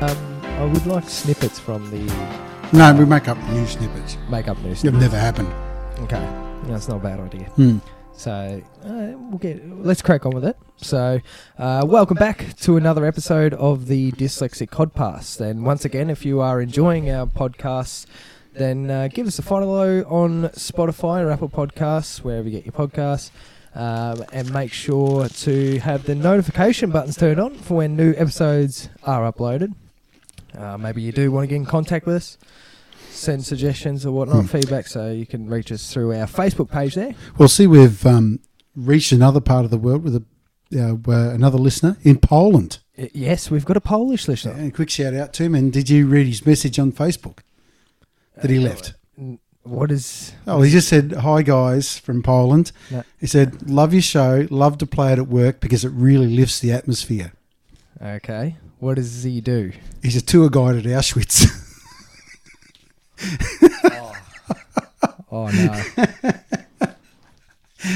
Um, I would like snippets from the No, we make up new snippets. makeup news. It never happened. Okay, that's not a bad idea. Hmm. So uh, we'll get let's crack on with it. So uh, welcome back to another episode of the Dyslexic Podcast. And once again, if you are enjoying our podcast, then uh, give us a follow on Spotify or Apple Podcasts, wherever you get your podcasts. Um, and make sure to have the notification buttons turned on for when new episodes are uploaded. Uh, maybe you do want to get in contact with us, send suggestions or whatnot, Hmm. feedback, so you can reach us through our Facebook page there. Well, see, we've um, reached another part of the world with a, uh, uh, another listener in Poland. Y- Yes, we've got a Polish listener. And a quick shout out to him. And did you read his message on Facebook that he left? N- What is? Oh, he just said, Hi, guys from Poland. No. He said, Love your show. Love to play it at work because it really lifts the atmosphere. Okay, what does he do? He's a tour guide at Auschwitz. Oh no!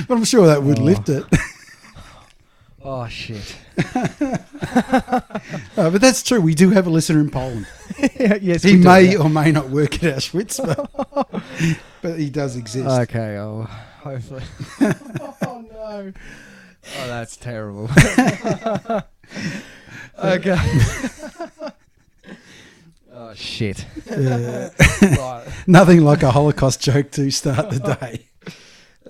but I'm sure that would Oh. lift it. oh shit! Uh, but that's true. We do have a listener in Poland. yes, He we do may that. or may not work at Auschwitz, but, but he does exist. Okay, oh, hopefully. oh no! Oh, that's terrible. okay. oh shit! Yeah. Right. Nothing like a Holocaust joke to start the day.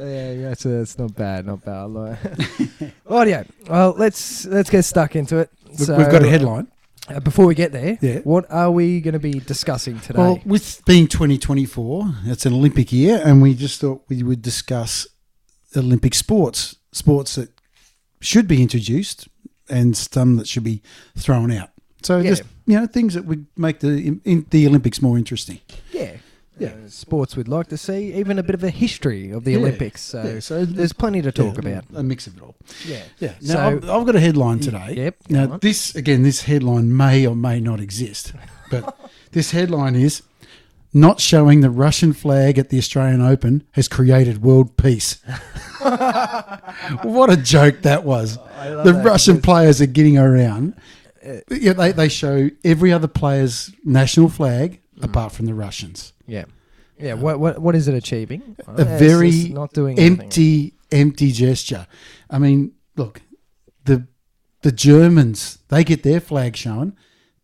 Yeah, yeah, that's, that's not bad, not bad. I like it. Audio. Well, let's let's get stuck into it. Look, We've got a So, headline. Uh, before we get there, Yeah. what are we going to be discussing today? Well, with being 2024, it's an Olympic year, and we just thought we would discuss Olympic sports, sports that should be introduced and some that should be thrown out. So Yeah. just you know things that would make the in, the Olympics more interesting. yeah. Yeah. Uh, sports we'd like to see, even a bit of a history of the Yeah. Olympics. So, Yeah, so there's plenty to talk about. a mix of it all. Yeah. Yeah. Now So- I've, I've got a headline today. Yep. Now Go on. this again, this headline may or may not exist, but this headline is not showing the Russian flag at the Australian Open has created world peace. what a joke that was! Oh, I love The that Uh, Russian because- players are getting around. But yeah, they, they show every other player's national flag Mm. apart from the Russians. Yeah. Yeah. What what what is it achieving? Uh, it's a just very not doing anything. empty, empty gesture. I mean, look, the the Germans they get their flag shown.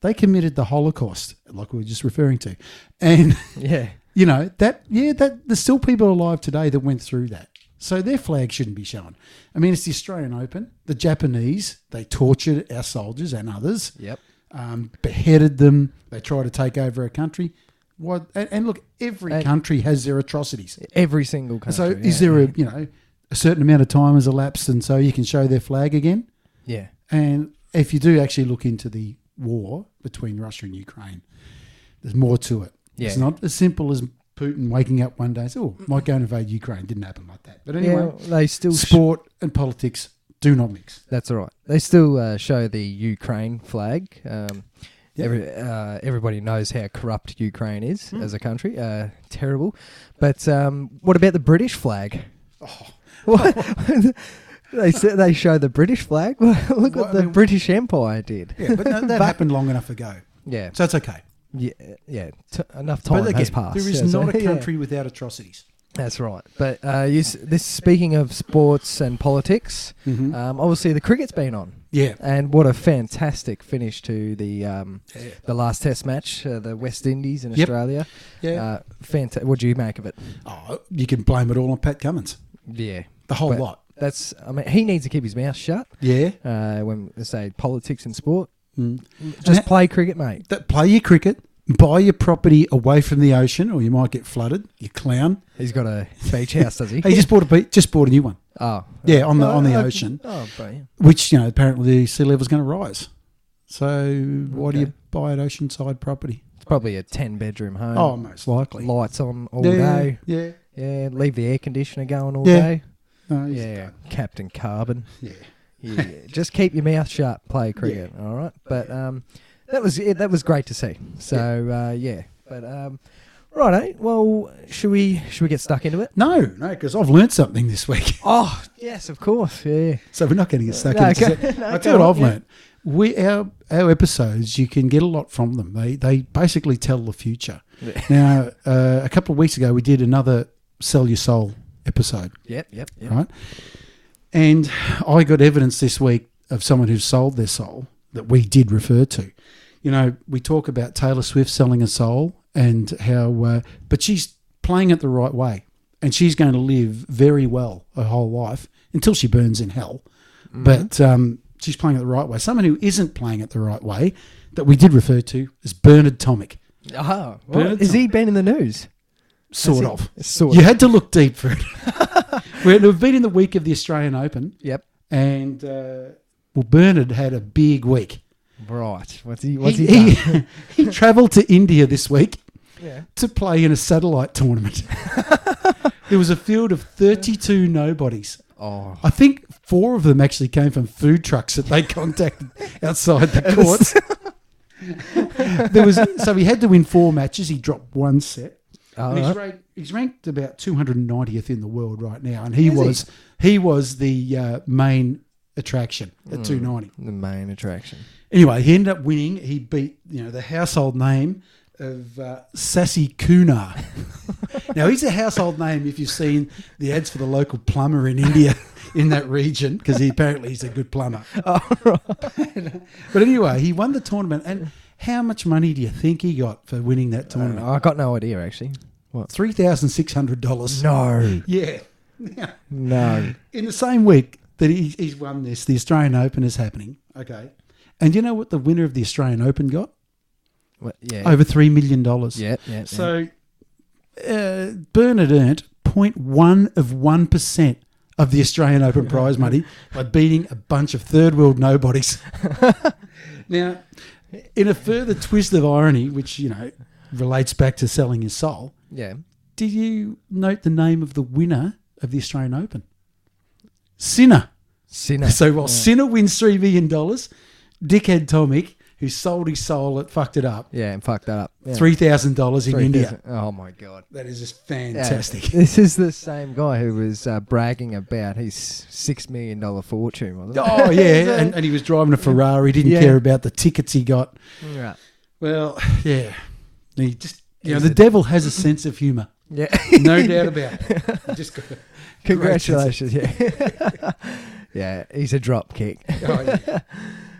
They committed the Holocaust, like we were just referring to, and Yeah. you know that yeah, that there's still people alive today that went through that. So their flag shouldn't be shown. I mean, it's the Australian Open. The Japanese they tortured our soldiers and others Yep. um, beheaded them. They try to take over a country. What? And, and look, every And- country has their atrocities. Every single country. So, yeah, is there a you know a certain amount of time has elapsed, and so you can show their flag again? Yeah. And if you do actually look into the war between Russia and Ukraine, there's more to it. It's Yeah. not as simple as Putin waking up one day and says, "Oh, might go and invade Ukraine." Didn't happen like that. But anyway, yeah, they still sh- sport and politics do not mix. That's all right. They still uh, show the Ukraine flag. Um, Yeah. Hmm. every, uh, everybody knows how corrupt Ukraine is as a country. Uh, terrible. But um, what about the British flag? Oh. What? they said they show the British flag. Look what, Well, I the mean- British Empire did. Yeah, but no, that happened long enough ago, Yeah, so it's okay. yeah, yeah. T- enough time but again, has passed. there is Yeah, so- not a yeah. country without atrocities. That's right. But uh, you, s- this speaking of sports and politics, Mhm. um, obviously the cricket's been on. Yeah, And what a fantastic finish to the um, Yeah. the last Test match, uh, the West Indies in Yep. Australia. yeah. Uh, fanta- what do you make of it? oh, you can blame it all on Pat Cummins. Yeah, The whole But- lot. that's. I mean, he needs to keep his mouth shut Yeah. uh, when they say politics and sport. Mm. Just And- play cricket, mate. that play your cricket, buy your property away from the ocean, or you might get flooded. You clown! He's got a beach house, does he? Hey, you just bought a be- just bought a new one. oh, Yeah, on the on the Oh, ocean, Oh, brilliant. which you know apparently the sea level's going to rise. So why do you Okay. buy an oceanside property? It's probably a ten-bedroom home. oh, most likely. lights on Um, all yeah, day. yeah. Yeah, leave the air conditioner going all Yeah. day. No, he's- Yeah, Captain Carbon. yeah. Yeah, just keep your mouth shut. Play cricket, all right. But um, that was it. That was great to see. So uh, yeah, but um, right. Well, should we should we get stuck into it? No, no, because I've learnt something this week, Oh yes, of course. Yeah. so we're not going to get stuck No, into go- it. no, I go tell you what on, I've yeah. learnt. we our our episodes you can get a lot from them. They they basically tell the future. Yeah. now, uh, a couple of weeks ago, we did another sell your soul episode, Yep, yep, yep. right? And I got evidence this week of someone who sold their soul that we did refer to. You know, we talk about Taylor Swift selling a soul and how, uh, but she's playing it the right way, and she's going to live very well her whole life until she burns in hell Mm. Mm-hmm. but um, she's playing it the right way. Someone who isn't playing it the right way that we did refer to is Bernard Tomic, Ah, well, Birds has he been in the news? sort Has of. he? Sort You of. had to look deep for it. We're- We've been in the week of the Australian Open, Yep. and uh, well, Bernard had a big week. Right. What's he? What's he? done? he, he travelled to India this week yeah. to play in a satellite tournament. there was a field of 32 nobodies. Oh. I think four of them actually came from food trucks that they contacted outside the courts. there was so he had to win four matches. He dropped one set. And he's, Alright. ranked, he's ranked about 290th in the world right now, and he Is he? was he? was the uh, main attraction at 290. The main attraction. Anyway, he ended up winning. He beat you know the household name of uh, Sassy Kunar. now he's a household name if you've seen the ads for the local plumber in India in that region because he apparently he's a good plumber. Oh, but anyway, he won the tournament, and how much money do you think he got for winning that tournament? I got no idea actually. What? Three thousand six hundred dollars. No. Yeah. Now, No. in the same week that he, he's won this, the Australian Open is happening. Okay. And you know what the winner of the Australian Open got? What? Yeah. Over $3 million. Yeah. Yeah. yeah. So uh, Bernard earned 0.1 of 1% of the Australian Open prize money by beating a bunch of third world nobodies. now, in a further twist of irony, which, you know, relates back to selling his soul, Yeah. did you note the name of the winner of the Australian Open? Sinner. Sinner. So while Sinner wins $3 million, Dickhead Tomic, who sold his soul that fucked it up, yeah, and fuck that up. Yeah. $3,000 in Three India. thousand- Oh my god. That is just Yeah. fantastic. This is the same guy who was uh, bragging about his six million dollar fortune, wasn't it? Oh yeah, and, and he was driving a Ferrari. Didn't Yeah. care about the tickets he got. Right. Well, yeah, he just you know He's the a- devil has a sense of humour, Yeah. no doubt about it. He Just got, oh, Congratulations. Yeah. yeah. He's a drop kick. oh, yeah.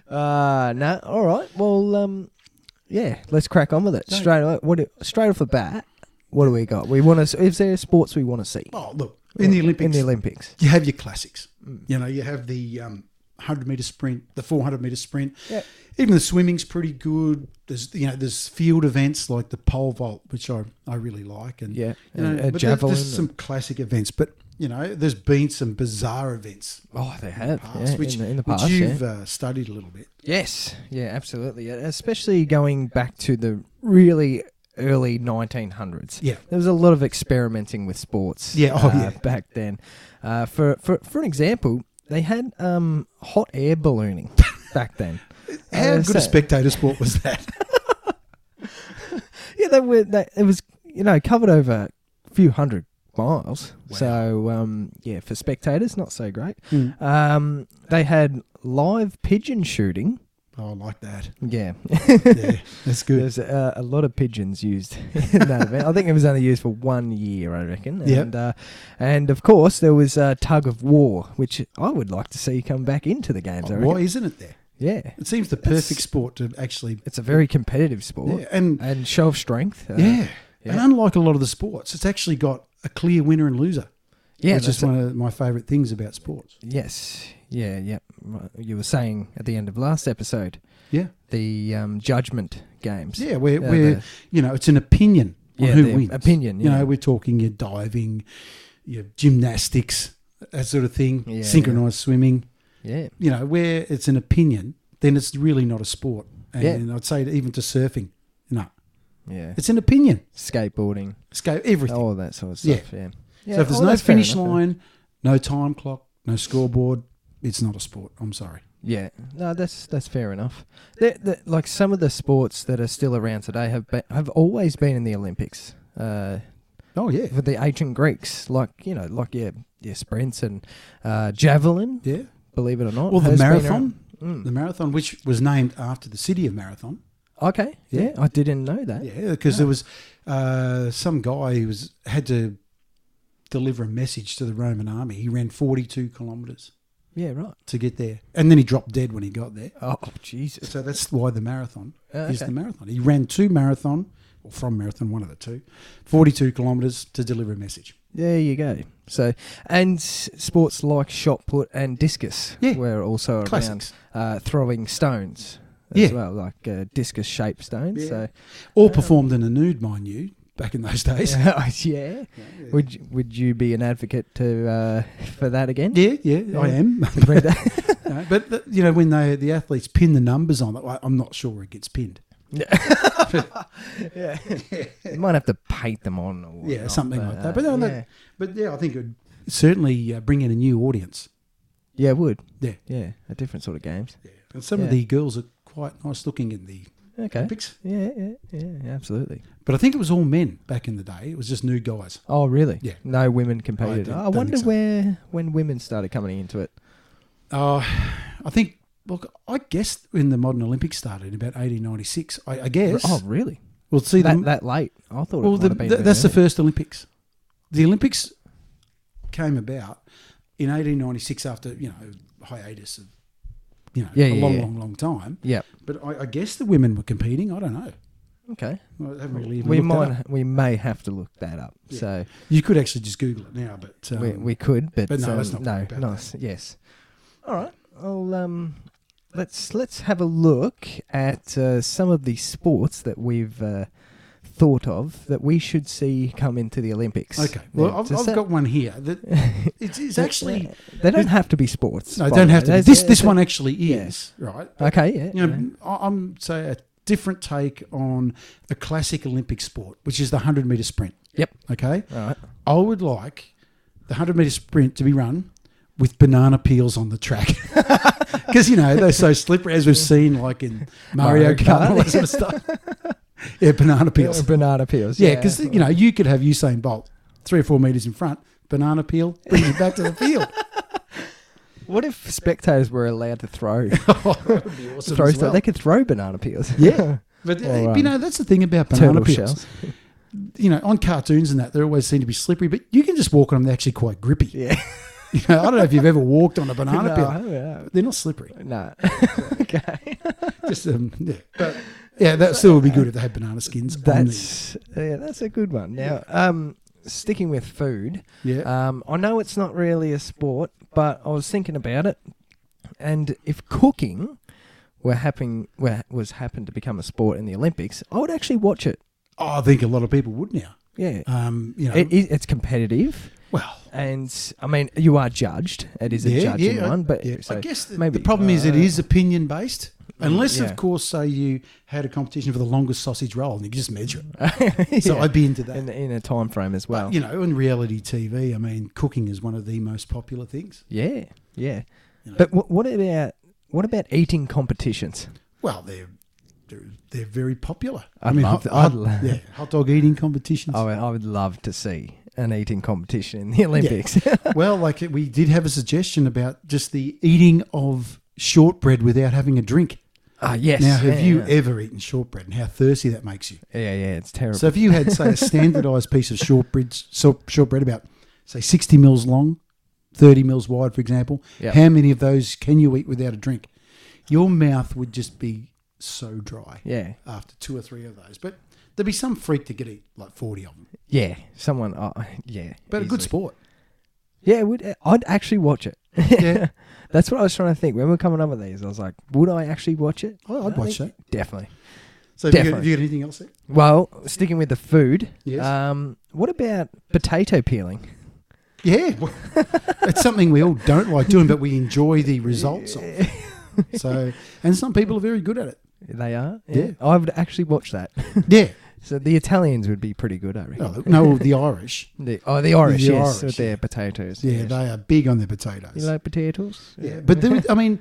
Uh no. All right. Well, um, yeah. Let's crack on with it Don't- straight. Away, what? Do, straight off the bat, what do we got? We want to. Is there sports we want to see Oh, look in the Olympics, In the Olympics. you have your classics. Mm. You know, you have the um, hundred meter sprint, the four hundred meter sprint. Yeah. Even the swimming's pretty good. There's you know there's field events like the pole vault, which I, I really like, and Yeah, and you know, a but there- javelin there's some classic events, but you know there's been some bizarre events Oh, they have. past, yeah, which, in, the, in the which past. yeah. you've uh, studied a little bit. Yes. Yeah. Absolutely. Yeah, Especially going back to the really early 1900s. Yeah. There was a lot of experimenting with sports. Yeah, oh, uh, yeah. Back then, uh, for for for an example, they had um, hot air ballooning back then. How Uh, good so- a spectator sport was that? Yeah, they were. They, it was you know covered over a few hundred miles. Wow. So um, yeah, for spectators, not so great. Um, they had live pigeon shooting. Oh, I like that. Yeah, Yeah, that's good. there's uh, a lot of pigeons used in that event. I think it was only used for one year, I reckon. Yep. And uh, and of course there was uh, tug of war, which I would like to see come back into the games. I reckon. Why isn't it there? Yeah, It seems the That's- perfect sport to actually. it's a very competitive sport Yeah, and and show of strength. Uh, yeah, and yeah. unlike a lot of the sports, it's actually got a clear winner and loser. yeah, which that's is one of my favourite things about sports. Yes. Yeah. Yep. Right. You were saying at the end of last episode Yeah, the um, judgment games. yeah, where Yeah, where the- you know it's an opinion on Yeah, who the wins. opinion, You yeah. know, we're talking your diving, your gymnastics, that sort of thing, Yeah, yeah. synchronized swimming. Yeah. you know, where it's an opinion, then it's really not a sport. Yeah. And I'd say even to surfing, no, Yeah. it's an opinion. Skateboarding, Scope everything. all that sort of Yeah. stuff. Oh, Yeah. so if there's oh, no that's fair finish enough. line, no time clock, no scoreboard, it's not a sport. I'm sorry. Yeah, no, that's that's fair enough. There there- like some of the sports that are still around today have been, have always been in the Olympics. Uh, Oh yeah, for the ancient Greeks, like you know, like your your sprints and uh, javelin, yeah. believe it or not. Well, the has been marathon. around. Mm. the marathon, which was named after the city of Marathon. Okay. Yeah, I didn't know that. Yeah, because there was uh, some guy who was had to deliver a message to the Roman army. He ran 42 kilometres Yeah, right. to get there, and then he dropped dead when he got there. Oh, Jesus. So that's why the marathon Oh, is okay. the marathon. He ran two marathon, or from marathon, one of the two, 42 kilometres to deliver a message. There you go. So, and s- sports like shot put and discus Yeah. were also Classics. around uh, throwing stones as Yeah. well, like uh, discus shaped stones. Yeah. So, All performed in a nude, mind you, back in those days. yeah. Would you- would you be an advocate to uh, for that again? Yeah, yeah, I Yeah. am. Read that. No, but the, you know when they the athletes pin the numbers on it, I- I'm not sure it gets pinned. yeah. You might have to paint them on or Yeah, whatnot, something like that. uh, But no, no, yeah. But yeah, I think it would certainly uh, bring in a new audience. yeah, it would. Yeah. Yeah, a different sort of games. Yeah. And some Yeah. of the girls are quite nice looking in the Okay. Olympics. Yeah, yeah, yeah, absolutely. But I think it was all men back in the day. It was just new guys. Oh, really? Yeah. No women competed. don't- I, don't think wonder so. where when women started coming into it. Uh, I think. Look, I guess when the modern Olympics started in about 1896, I, I guess. Oh, really? we'll see that, the, that late? I thought it Well, might the, have been. th- a bit that's the earlier. first Olympics. The Olympics came about in 1896 after you know a hiatus of you know Yeah, a yeah, long, yeah. long, long time. Yeah. But I, I guess the women were competing. I don't know. Okay. I haven't really. even We looked that might. up. We may have to look that up. Yeah. So You could actually just Google it now, but um, we, we could, but, but no, um, let's not worry no, about nice. Yes. All right. Well, um, let's let's have a look at uh, some of the sports that we've uh, thought of that we should see come into the Olympics. okay. Now, Well, I've, does I've that- got one here that it's, it's actually. they don't have to be sports. No, I by don't the have way. to. be. There's- This there's this a- one actually yeah. is right. Okay. Yeah. You know, yeah. I- I'm say a different take on a classic Olympic sport, which is the hundred meter sprint. Yep. Okay. All right. I would like the 100 meter sprint to be run with banana peels on the track. Because, you know, they're so slippery, as we've seen, like in Mario, Mario Kart and all Kart. that sort of stuff. yeah, banana Peels. peels. Banana peels. Yeah, because, you know, you could have Usain Bolt three or four meters in front, banana peel, brings you back to the field. What if spectators were allowed to throw? That would be awesome. throw as stuff? well. They could throw banana peels. Yeah. But, uh, Or, you um, know, that's the thing about banana Turtle peels. shells. You know, on cartoons and that, they always seem to be slippery, but you can just walk on them. They're actually quite grippy. Yeah. You know, I don't know if you've ever walked on a banana no, peel. yeah. They're not slippery. No. okay. Just um, yeah, but yeah, that still would be good if they had banana skins. on these. That's yeah, that's a good one. Now, um, sticking with food, yeah, um, I know it's not really a sport, but I was thinking about it, and if cooking were happening, were, was happened to become a sport in the Olympics, I would actually watch it. oh, I think a lot of people would now. Yeah. Um, you know, It, it, it's competitive, well, and I mean, you are judged. It is a yeah, judging yeah, I- one, but yeah. so I guess the, maybe- the problem is it uh, is opinion based, unless yeah. of course, say you had a competition for the longest sausage roll and you could just measure it. So yeah, I'd be into that. in, in a time frame as well. you know, in reality TV, I mean, cooking is one of the most popular things. Yeah, yeah. You know. But what, what about what about eating competitions? Well, they're they're, they're very popular. I'd love hot, to- I'd Oh. hot- lo- yeah, hot dog eating competitions. I would, I would love to see an eating competition in the Olympics. well, like we did have a suggestion about just the eating of shortbread without having a drink. Ah, yes. Now, yeah, have you Yeah. ever eaten shortbread and how thirsty that makes you? yeah, yeah, it's terrible. So, if you had, say, a standardized piece of shortbread, so shortbread about, say, 60 mils long, 30 mils wide, for example, Yep. how many of those can you eat without a drink? Your mouth would just be so dry yeah, after two or three of those. But there'd be some freak to get eat like 40 of them. yeah. Someone, uh, yeah. But a good easily. sport. Yeah, would uh, I'd actually watch it. Yeah. That's what I was trying to think when we were coming up with these. I was like, would I actually watch it? Oh, I'd I watch think- Definitely. So, have you, got, Definitely. have you got anything else there? Well, sticking with the food. Yes. Um, what about potato peeling? Yeah, well, it's something we all don't like doing, but we enjoy the results of. So, and some people are very good at it. They are. Yeah. I would actually watch that. Yeah, So the Italians would be pretty good, I reckon. no, no, the Irish. The, oh, the Irish, Oh. The yes, Irish, with their potatoes. Yeah, yes. they are big on their potatoes. you like potatoes? yeah, but there, I mean,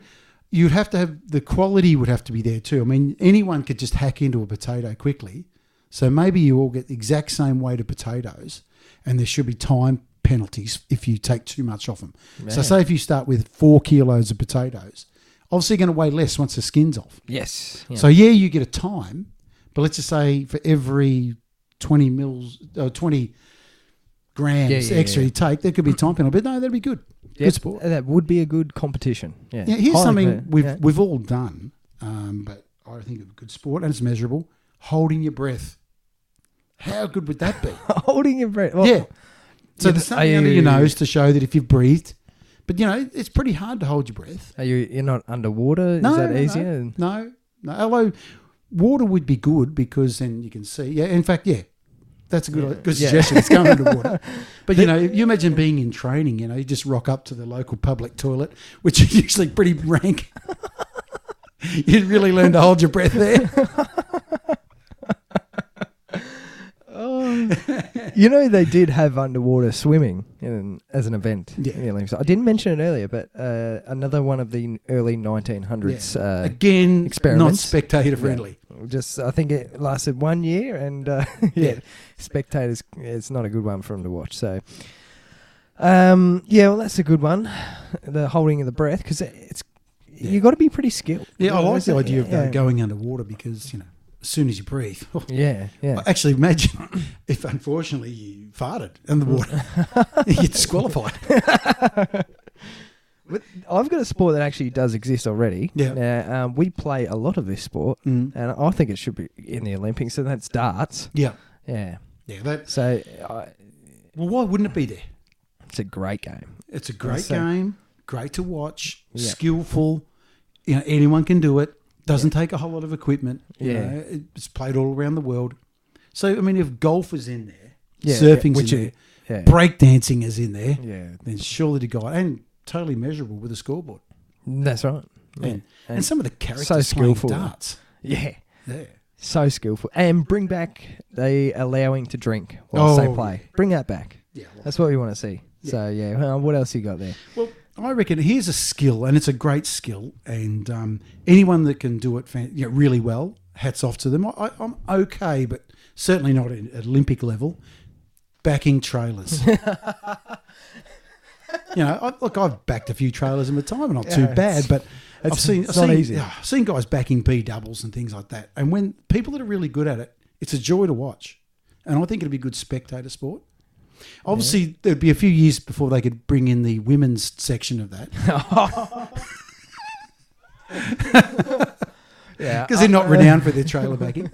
you'd have to have the quality would have to be there too. I mean, anyone could just hack into a potato quickly. So maybe you all get the exact same weight of potatoes, and there should be time penalties if you take too much off them. So Yeah. say if you start with four kilos of potatoes, obviously going to weigh less once the skin's off. Yes. Yeah. So yeah, you get a time, but let's just say for every twenty mils, uh, twenty grams Yeah, yeah, extra yeah. you take, there could be a time penalty. But no, that'd be good. Yeah, Good sport. That would be a good competition. Yeah. Yeah, here's Highly something fair. we've Yeah. we've all done, um, but I think it's a good sport and it's measurable. Holding your breath. How good would that be? holding your breath. Well, yeah. So Yeah, there's but something are under you- your nose to show that if you've breathed, but you know it's pretty hard to hold your breath. Are you? You're not underwater. No, Is that no, easier? No, no. Although water would be good because then you can see. Yeah, in fact, yeah, that's a good, good Yeah. suggestion. It's going into water. But you know, you imagine being in training. You know, you just rock up to the local public toilet, which is usually pretty rank. You'd really learn to hold your breath there. you know they did have underwater swimming in, as an event Yeah. in the Olympics. I didn't mention it earlier, but uh, another one of the early 1900s. Uh, Again, not Experiments. spectator friendly. just I think it lasted one year, and uh, yeah, spectators. It's not a good one for them to watch. So, um, yeah, well, that's a good one. The holding of the breath because it's Yeah. you got to be pretty skilled. Yeah, I You know, like it's the a- idea of yeah. that going underwater because you know, as soon as you breathe, Yeah, yeah. Well, Actually, imagine if unfortunately you farted in the water, you're disqualified. I've got a sport that actually does exist already. Yeah. Now, um, we play a lot of this sport, and I think it should be in the Olympics, and that's darts. Yeah, Yeah. yeah. That So uh, well, why wouldn't it be there? it's a great game. It's a great So- game, great to watch, Yeah. skillful. You know, anyone can do it. Doesn't take a whole lot of equipment. you Yeah. know, it's played all around the world. So I mean, if golf is in there, Yeah, surfing's which in it- there, Yeah. breakdancing is in there, Yeah. then surely to God and totally measurable with a scoreboard. That's right. Yeah. And, and, some of the characters skillful. playing darts. yeah. Yeah. So skillful. And bring back the allowing to drink whilst they Oh, play. Bring that back. Yeah, well- That's what we want to see. So, yeah. Well, what else you got there? Well, I reckon here's a skill, and it's a great skill, and um, anyone that can do it fan- you know, really well, hats off to them. I, I, I'm okay, but certainly not at Olympic level. Backing trailers. you know, I, look, I've backed a few trailers in my time, and not too Yeah, bad, but I've it's- seen, it's I've not seen, easy. yeah, I've seen guys backing B doubles and things like that. And when people that are really good at it, it's a joy to watch, and I think it'd be a good spectator sport. Obviously, there'd be a few years before they could bring in the women's section of that Yeah. because they're not renowned for their trailer backing.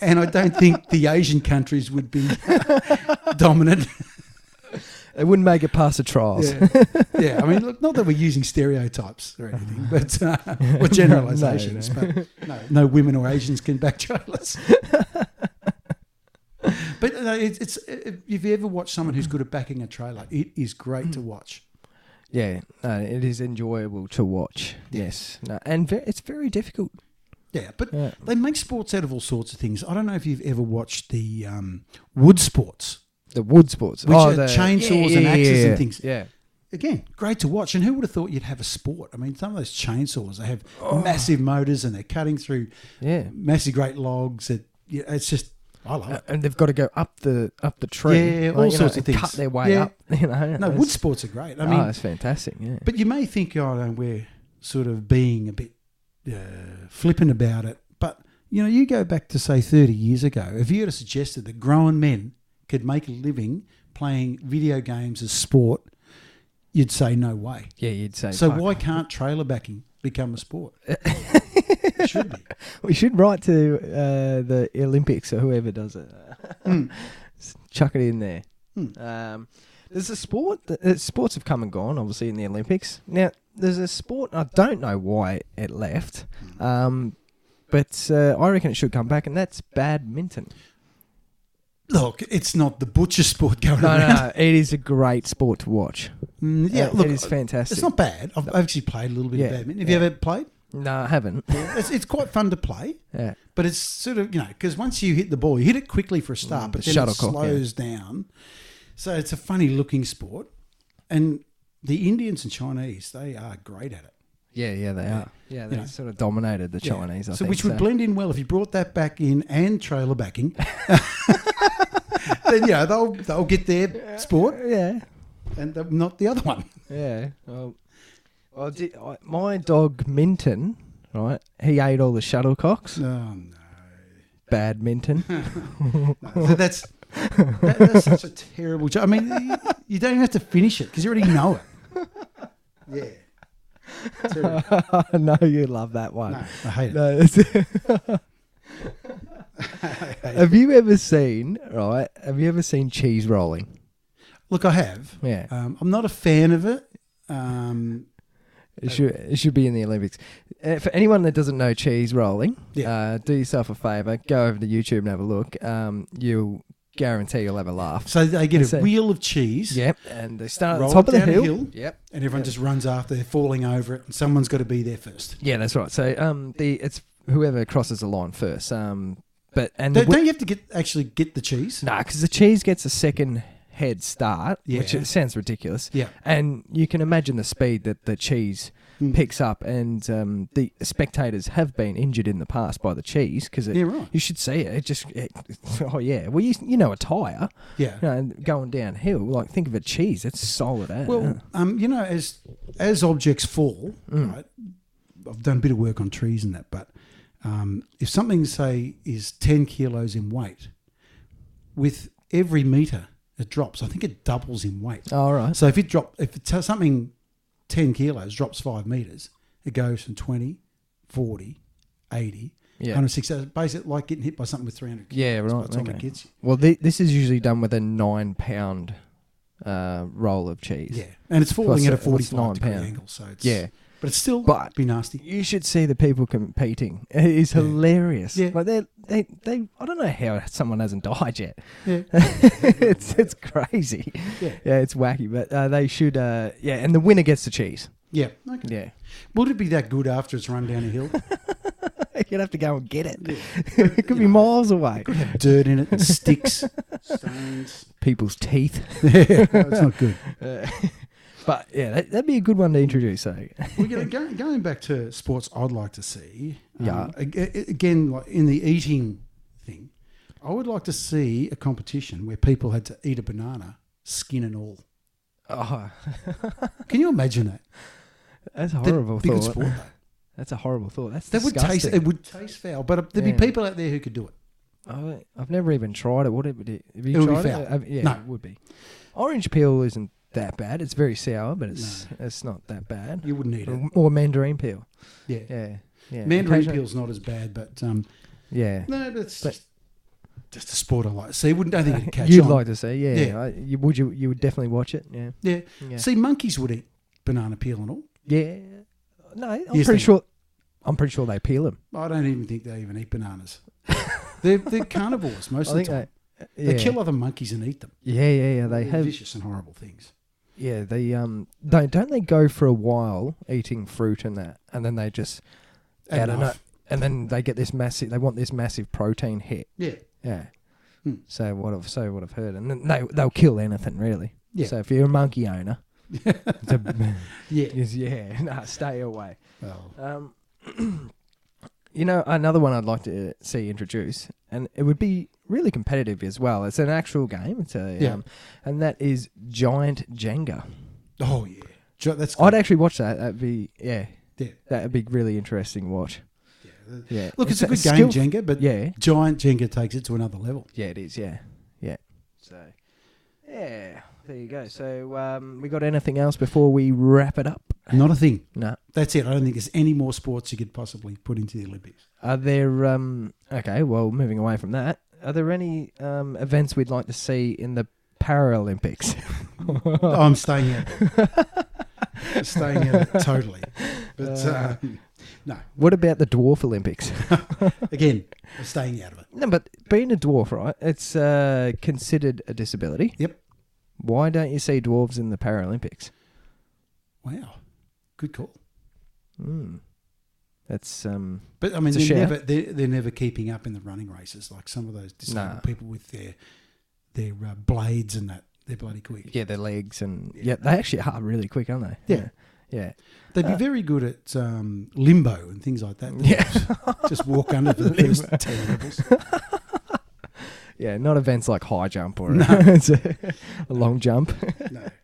And I don't think the Asian countries would be dominant. It wouldn't make it past the trials. Yeah. yeah, I mean, look, not that we're using stereotypes or anything, but uh, or generalizations, but no, no women or Asians can back trailers. but uh, it's, it's if you've ever watched someone who's good at backing a trailer, it is great to watch. Yeah, no, it is enjoyable to watch. Yes, no, and ve- it's very difficult. Yeah, but Yeah. they make sports out of all sorts of things. I don't know if you've ever watched the um, wood sports. The wood sports, Which are Oh, the- chainsaws and axes and things. Yeah, Again, great to watch. And who would have thought you'd have a sport? I mean, some of those chainsaws, they have Oh. massive motors and they're cutting through yeah, massive great logs. That yeah, It's just, I love Uh, it. and they've got to go up the up the tree. Yeah, like, all you know, sorts of and things. Cut their way Yeah. up. You know, No, wood sports are great. I I mean, oh, it's fantastic. Yeah, but you may think, oh, no, we're sort of being a bit uh, flippant about it. But, you know, you go back to, say, 30 years ago, if you had suggested that grown men could make a living playing video games as sport, you'd say, no way. yeah, you'd say. So fuck. why can't trailer backing become a sport? it should be. we should write to uh, the Olympics or whoever does it. Hmm. S- Chuck it in there. Um, there's a sport. That, uh, sports have come and gone, obviously, in the Olympics. Now, there's a sport. I don't know why it left, Hmm. um, but uh, I reckon it should come back, and that's badminton. Look, it's not the butcher sport going No, no, around. no, it is a great sport to watch. Mm, yeah, Uh, look, it is fantastic. it's not bad. I've, I've actually played a little bit Yeah, of badminton. Have yeah. you ever played? no, I haven't. Uh, It's, it's quite fun to play, Yeah, but it's sort of you know because once you hit the ball, you hit it quickly for a start, but Mm, the then it shuttlecock, yeah. slows down. So it's a funny looking sport, and the Indians and Chinese they are great at it. yeah, yeah, they are. Yeah, they know. sort of dominated the Yeah. Chinese. I so think, which would blend in well if you brought that back in and trailer backing. then you know they'll they'll get their sport Uh, Yeah, and they're not the other one. yeah. Well, Well, di I, my dog Minton, right? He ate all the shuttlecocks. Oh, no. Bad Minton. No, th- that's that, that's such a terrible joke. I mean, you, you don't even have to finish it because you already know it. Yeah. Terrible. I know you love that No, one. I hate it. No, it's- have you ever seen right? Have you ever seen cheese rolling? Look, I have. Yeah, Um, I'm not a fan of it. Um, it should it should be in the Olympics. Uh, for anyone that doesn't know cheese rolling, Yeah. uh, do yourself a favor, go over to YouTube and have a look. Um, you'll guarantee you'll have a laugh. so they get It's a a- wheel of cheese, Yep, and they start at Roll the Uh, top it of the down a hill. hill. Yep. and everyone just runs after. They're falling over it, and someone's got to be there first. Yeah, that's right. So um, the it's whoever crosses the line first. Um, but and the Don't, don't you have to get actually get the cheese? Nah, because the cheese gets a second head start, which Yeah. it sounds ridiculous. Yeah. And you can imagine the speed that the cheese Mm. picks up, and um, the spectators have been injured in the past by the cheese because Yeah, right. you should see it. It just, it, oh yeah. Well, you, you know a tire, Yeah. you know, and going downhill. Like think of a cheese, it's solid. eh? Well, um, you know, as as objects fall, Mm. right? I've done a bit of work on trees and that, but um, if something, say, is ten kilos in weight, with every meter it drops. I think it doubles in weight. all right. So if it drop, if it's something ten kilos drops five meters, it goes from 20, 40, 80, Yeah. 160. So it's Basically, like getting hit by something with three hundred. Yeah, By the right. time it Okay. gets you. Well, thi- this is usually done with a nine pound uh, roll of cheese. Yeah, and it's falling Plus, at a uh, what's nine forty-five degree pound? angle, so it's Yeah. but it's still But- be nasty. You should see the people competing. It is hilarious. Yeah. Like they, they, they. I don't know how someone hasn't died yet. Yeah. it's it's crazy. Yeah. Yeah, it's wacky. But uh, they should. Uh, yeah, and the winner gets the cheese. Yeah. Okay. Yeah, Would it be that good after it's run down a hill? you'd have to go and get it. it could be miles away. Dirt in it, and sticks, stones. People's teeth. Yeah, no, it's not good. Uh, but yeah, that, that'd be a good one to introduce. So We're gonna, go, going back to sports, I'd like to see. Yeah. ag- a- Again, like in the eating thing, I would like to see a competition where people had to eat a banana, skin and all. oh, Can you imagine that? that's a That'd horrible be a good thought. sport, though. That's a horrible thought. That's That would taste. disgusting. It would taste foul, but there'd Yeah. be people out there who could do it. I, I've never even tried it. Would it? be- Have you It would be tried foul. it? Uh, yeah, No. it would be. Orange peel isn't that bad. It's very sour, but it's it's not that bad. You wouldn't eat it. Or, or mandarin peel. Yeah. Yeah, yeah. Mandarin Occasionally- peel's not as bad, but um, Yeah. no, but it's But- just, just a sport I like. See, wouldn't I think it'd catch You'd on. like to see, yeah. Yeah. I, you, would you? You would definitely watch it, yeah. Yeah. Yeah. See, monkeys would eat banana peel and all. yeah. No, I'm Yes, they- pretty sure. I'm pretty sure they peel them. I don't even think they even eat bananas. they're, they're carnivores most I of the think time. they. They Yeah. kill other monkeys and eat them. yeah, yeah, yeah. They They're have. vicious and horrible things. Yeah, they um. They don't they go for a while eating fruit and that, and then they just And out of enough. no- and then they get this massive. They want this massive protein hit. Yeah. Yeah. Hmm. So what I've so what I've heard, and then they they'll kill anything really. Yeah. So if you're a monkey owner, it's a- Yeah. is- yeah, nah, stay away. Well, Um, you know, another one I'd like to see introduce, and it would be really competitive as well. It's an actual game. It's a Yeah. um, and that is giant Jenga. oh, yeah. Jo- That's I'd good. actually watch that. That'd be yeah. Yeah. That'd be really interesting to watch. Yeah. Yeah. Look, it's, a good skill- game, Jenga, but Yeah. giant Jenga takes it to another level. Yeah, it is. Yeah, yeah. So, yeah, there you go. So, um, we got anything else before we wrap it up? Not a thing. No. That's it. I don't think there's any more sports you could possibly put into the Olympics. Are there? Um, okay. Well, moving away from that, are there any um, events we'd like to see in the Paralympics? Oh, I'm staying out. of it. staying out of it totally. But uh, no, what about the dwarf Olympics? again, I'm staying out of it. no, but being a dwarf, right? It's uh, considered a disability. Yep. Why don't you see dwarves in the Paralympics? Wow, good call. Hmm. That's um. But I mean, It's a they're shame. never they're, they're never keeping up in the running races like some of those disabled Nah. people with their their uh, blades and that. They're bloody quick. Yeah, their legs and Yeah. yeah, they actually are really quick, aren't they? Yeah. Yeah. They'd be very good at um, limbo and things like that. Yeah. Just walk under for the first ten levels. Yeah, not events like high jump or No. it's a, a long jump. No.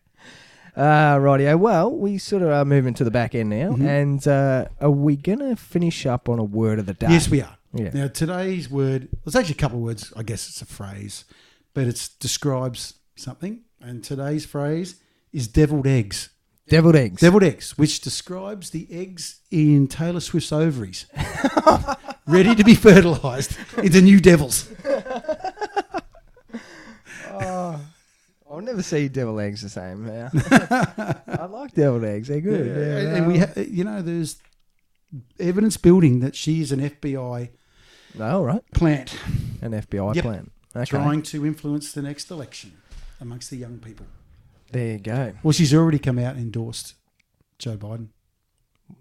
Uh, rightio. Well, we sort of are moving to the back end now, Mhm. and uh, are we gonna finish up on a word of the day? Yes, we are. Yeah. Now, today's word, there's actually a couple of words. I guess it's a phrase, but it describes something. And today's phrase is deviled eggs. Deviled eggs. Deviled eggs, which describes the eggs in Taylor Swift's ovaries, ready to be fertilized into new devils. I'll Oh, never see devil eggs the same. Yeah. I like deviled eggs. They're good. Yeah, and, and we, ha- you know, there's evidence building that she is an FBI no, all right. plant An FBI Yep. plan. Okay. trying to influence the next election amongst the young people. There you go. Well, she's already come out and endorsed Joe Biden.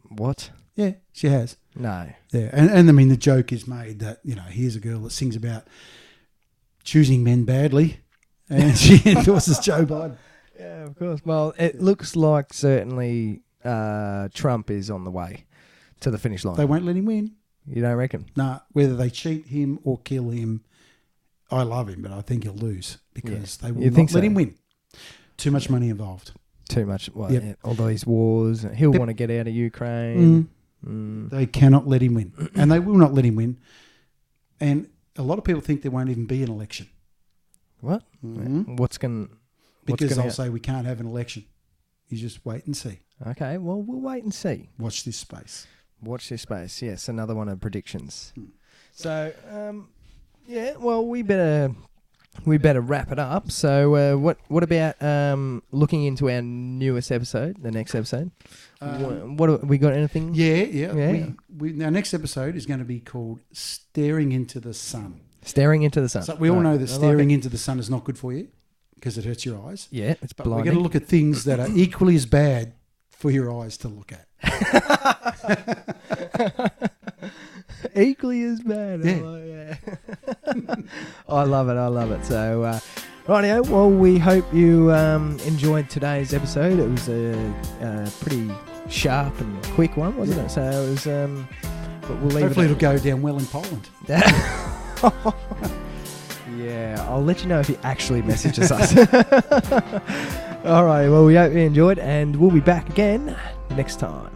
What? Yeah, she has. No. Yeah, and, and I mean the joke is made that you know here's a girl that sings about choosing men badly, and she endorses Joe Biden. Yeah, of course. Well, it looks like certainly uh, Trump is on the way to the finish line. They won't let him win. you don't reckon? Nah, whether they cheat him or kill him, I love him, but I think he'll lose because they will You not think let so? him win. Too much money involved. Too much. Well, Yep. yeah, all these wars. He'll Yep. want to get out of Ukraine. Mm. They cannot let him win, and they will not let him win. And a lot of people think there won't even be an election Mm-hmm. What? What's going? What's because gonna they'll say we can't have an election. You just wait and see. Okay. Well, we'll wait and see. Watch this space. Watch this space. Yes, another one of predictions. Hmm. So, um, yeah. Well, we better we better wrap it up. So, uh, what what about um, looking into our newest episode, the next episode? Um, Wha- what, we got? Anything? Yeah, yeah. Yeah. We, we, our next episode is going to be called Staring into the Sun. Staring into the sun. So we all Right. know I like that staring it. into the sun is not good for you because it hurts your eyes. yeah, it's But we're going to blinding. look at things that are equally as bad for your eyes to look at. Equally as bad. I Yeah. like it. I love it. I love it. So, uh, rightio. Well, we hope you um, enjoyed today's episode. It was a, a pretty sharp and quick one, wasn't it? So it was. Um, but we'll leave Hopefully, it. it'll go down well in Poland. yeah, I'll let you know if he actually messages us. All right. Well, we hope you enjoyed, and we'll be back again next time.